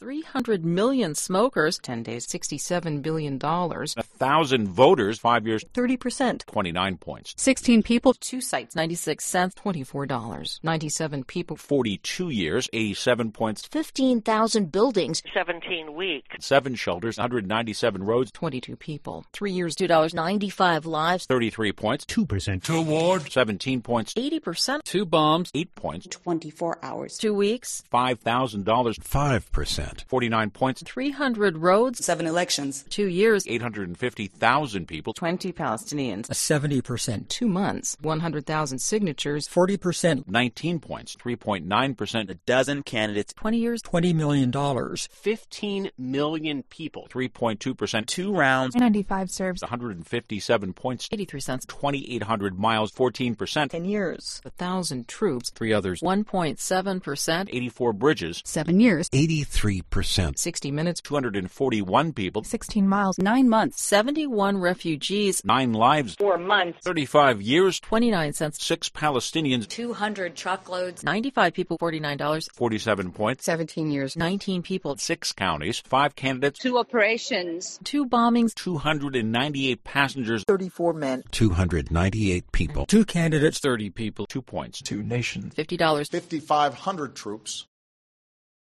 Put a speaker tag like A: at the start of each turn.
A: 300 million smokers, 10 days, $67 billion.
B: 1,000 voters, 5 years,
C: 30%.
B: 29 points.
D: 16 people,
A: Two sites, 96 cents, $24. 97 people,
B: 42 years, 87 points.
C: 15,000 buildings.
E: 17 weeks.
B: 7 shelters, 197 roads,
A: 22 people.
C: Three years, $2.95 lives.
B: 33 points.
F: 2%.
B: 17 points.
A: 80%,
G: two bombs,
B: 8 points.
H: 24 hours.
A: two weeks,
B: $5,000.
F: 5%.
B: 49 points.
A: 300 roads,
H: Seven elections.
A: two years,
B: 850,000 people.
A: 20 Palestinians,
I: a 70%,
A: two months, 100,000 signatures,
I: 40%,
B: 19 points. 3.9%.
J: A dozen candidates.
A: 20 years,
I: $20 million.
K: 15 million people.
B: 3.2%.
J: Two rounds.
L: 95 serves,
B: 157 points.
A: 83 cents,
B: 2,800 miles. 14%.
C: 10 years.
A: 1,000 troops,
B: Three others.
A: 1.7%,
B: 84 bridges.
D: 7 years,
F: 83%.
A: 60 minutes,
B: 241 people.
L: 16 miles,
D: 9 months,
A: 71 refugees,
B: 9 lives.
E: Four months.
B: 35 years.
A: 29 cents,
B: 6 Palestinians.
H: 200 truckloads.
A: 95 people, $49,
B: 47 points.
A: 17 years, 19 people,
B: 6 counties. 5 candidates.
E: Two operations.
A: two bombings,
B: 298 passengers.
I: 34 men,
F: 298 people.
I: 2 candidates,
G: 30 people,
B: 2 points.
A: $50,
M: Fifty-five hundred troops.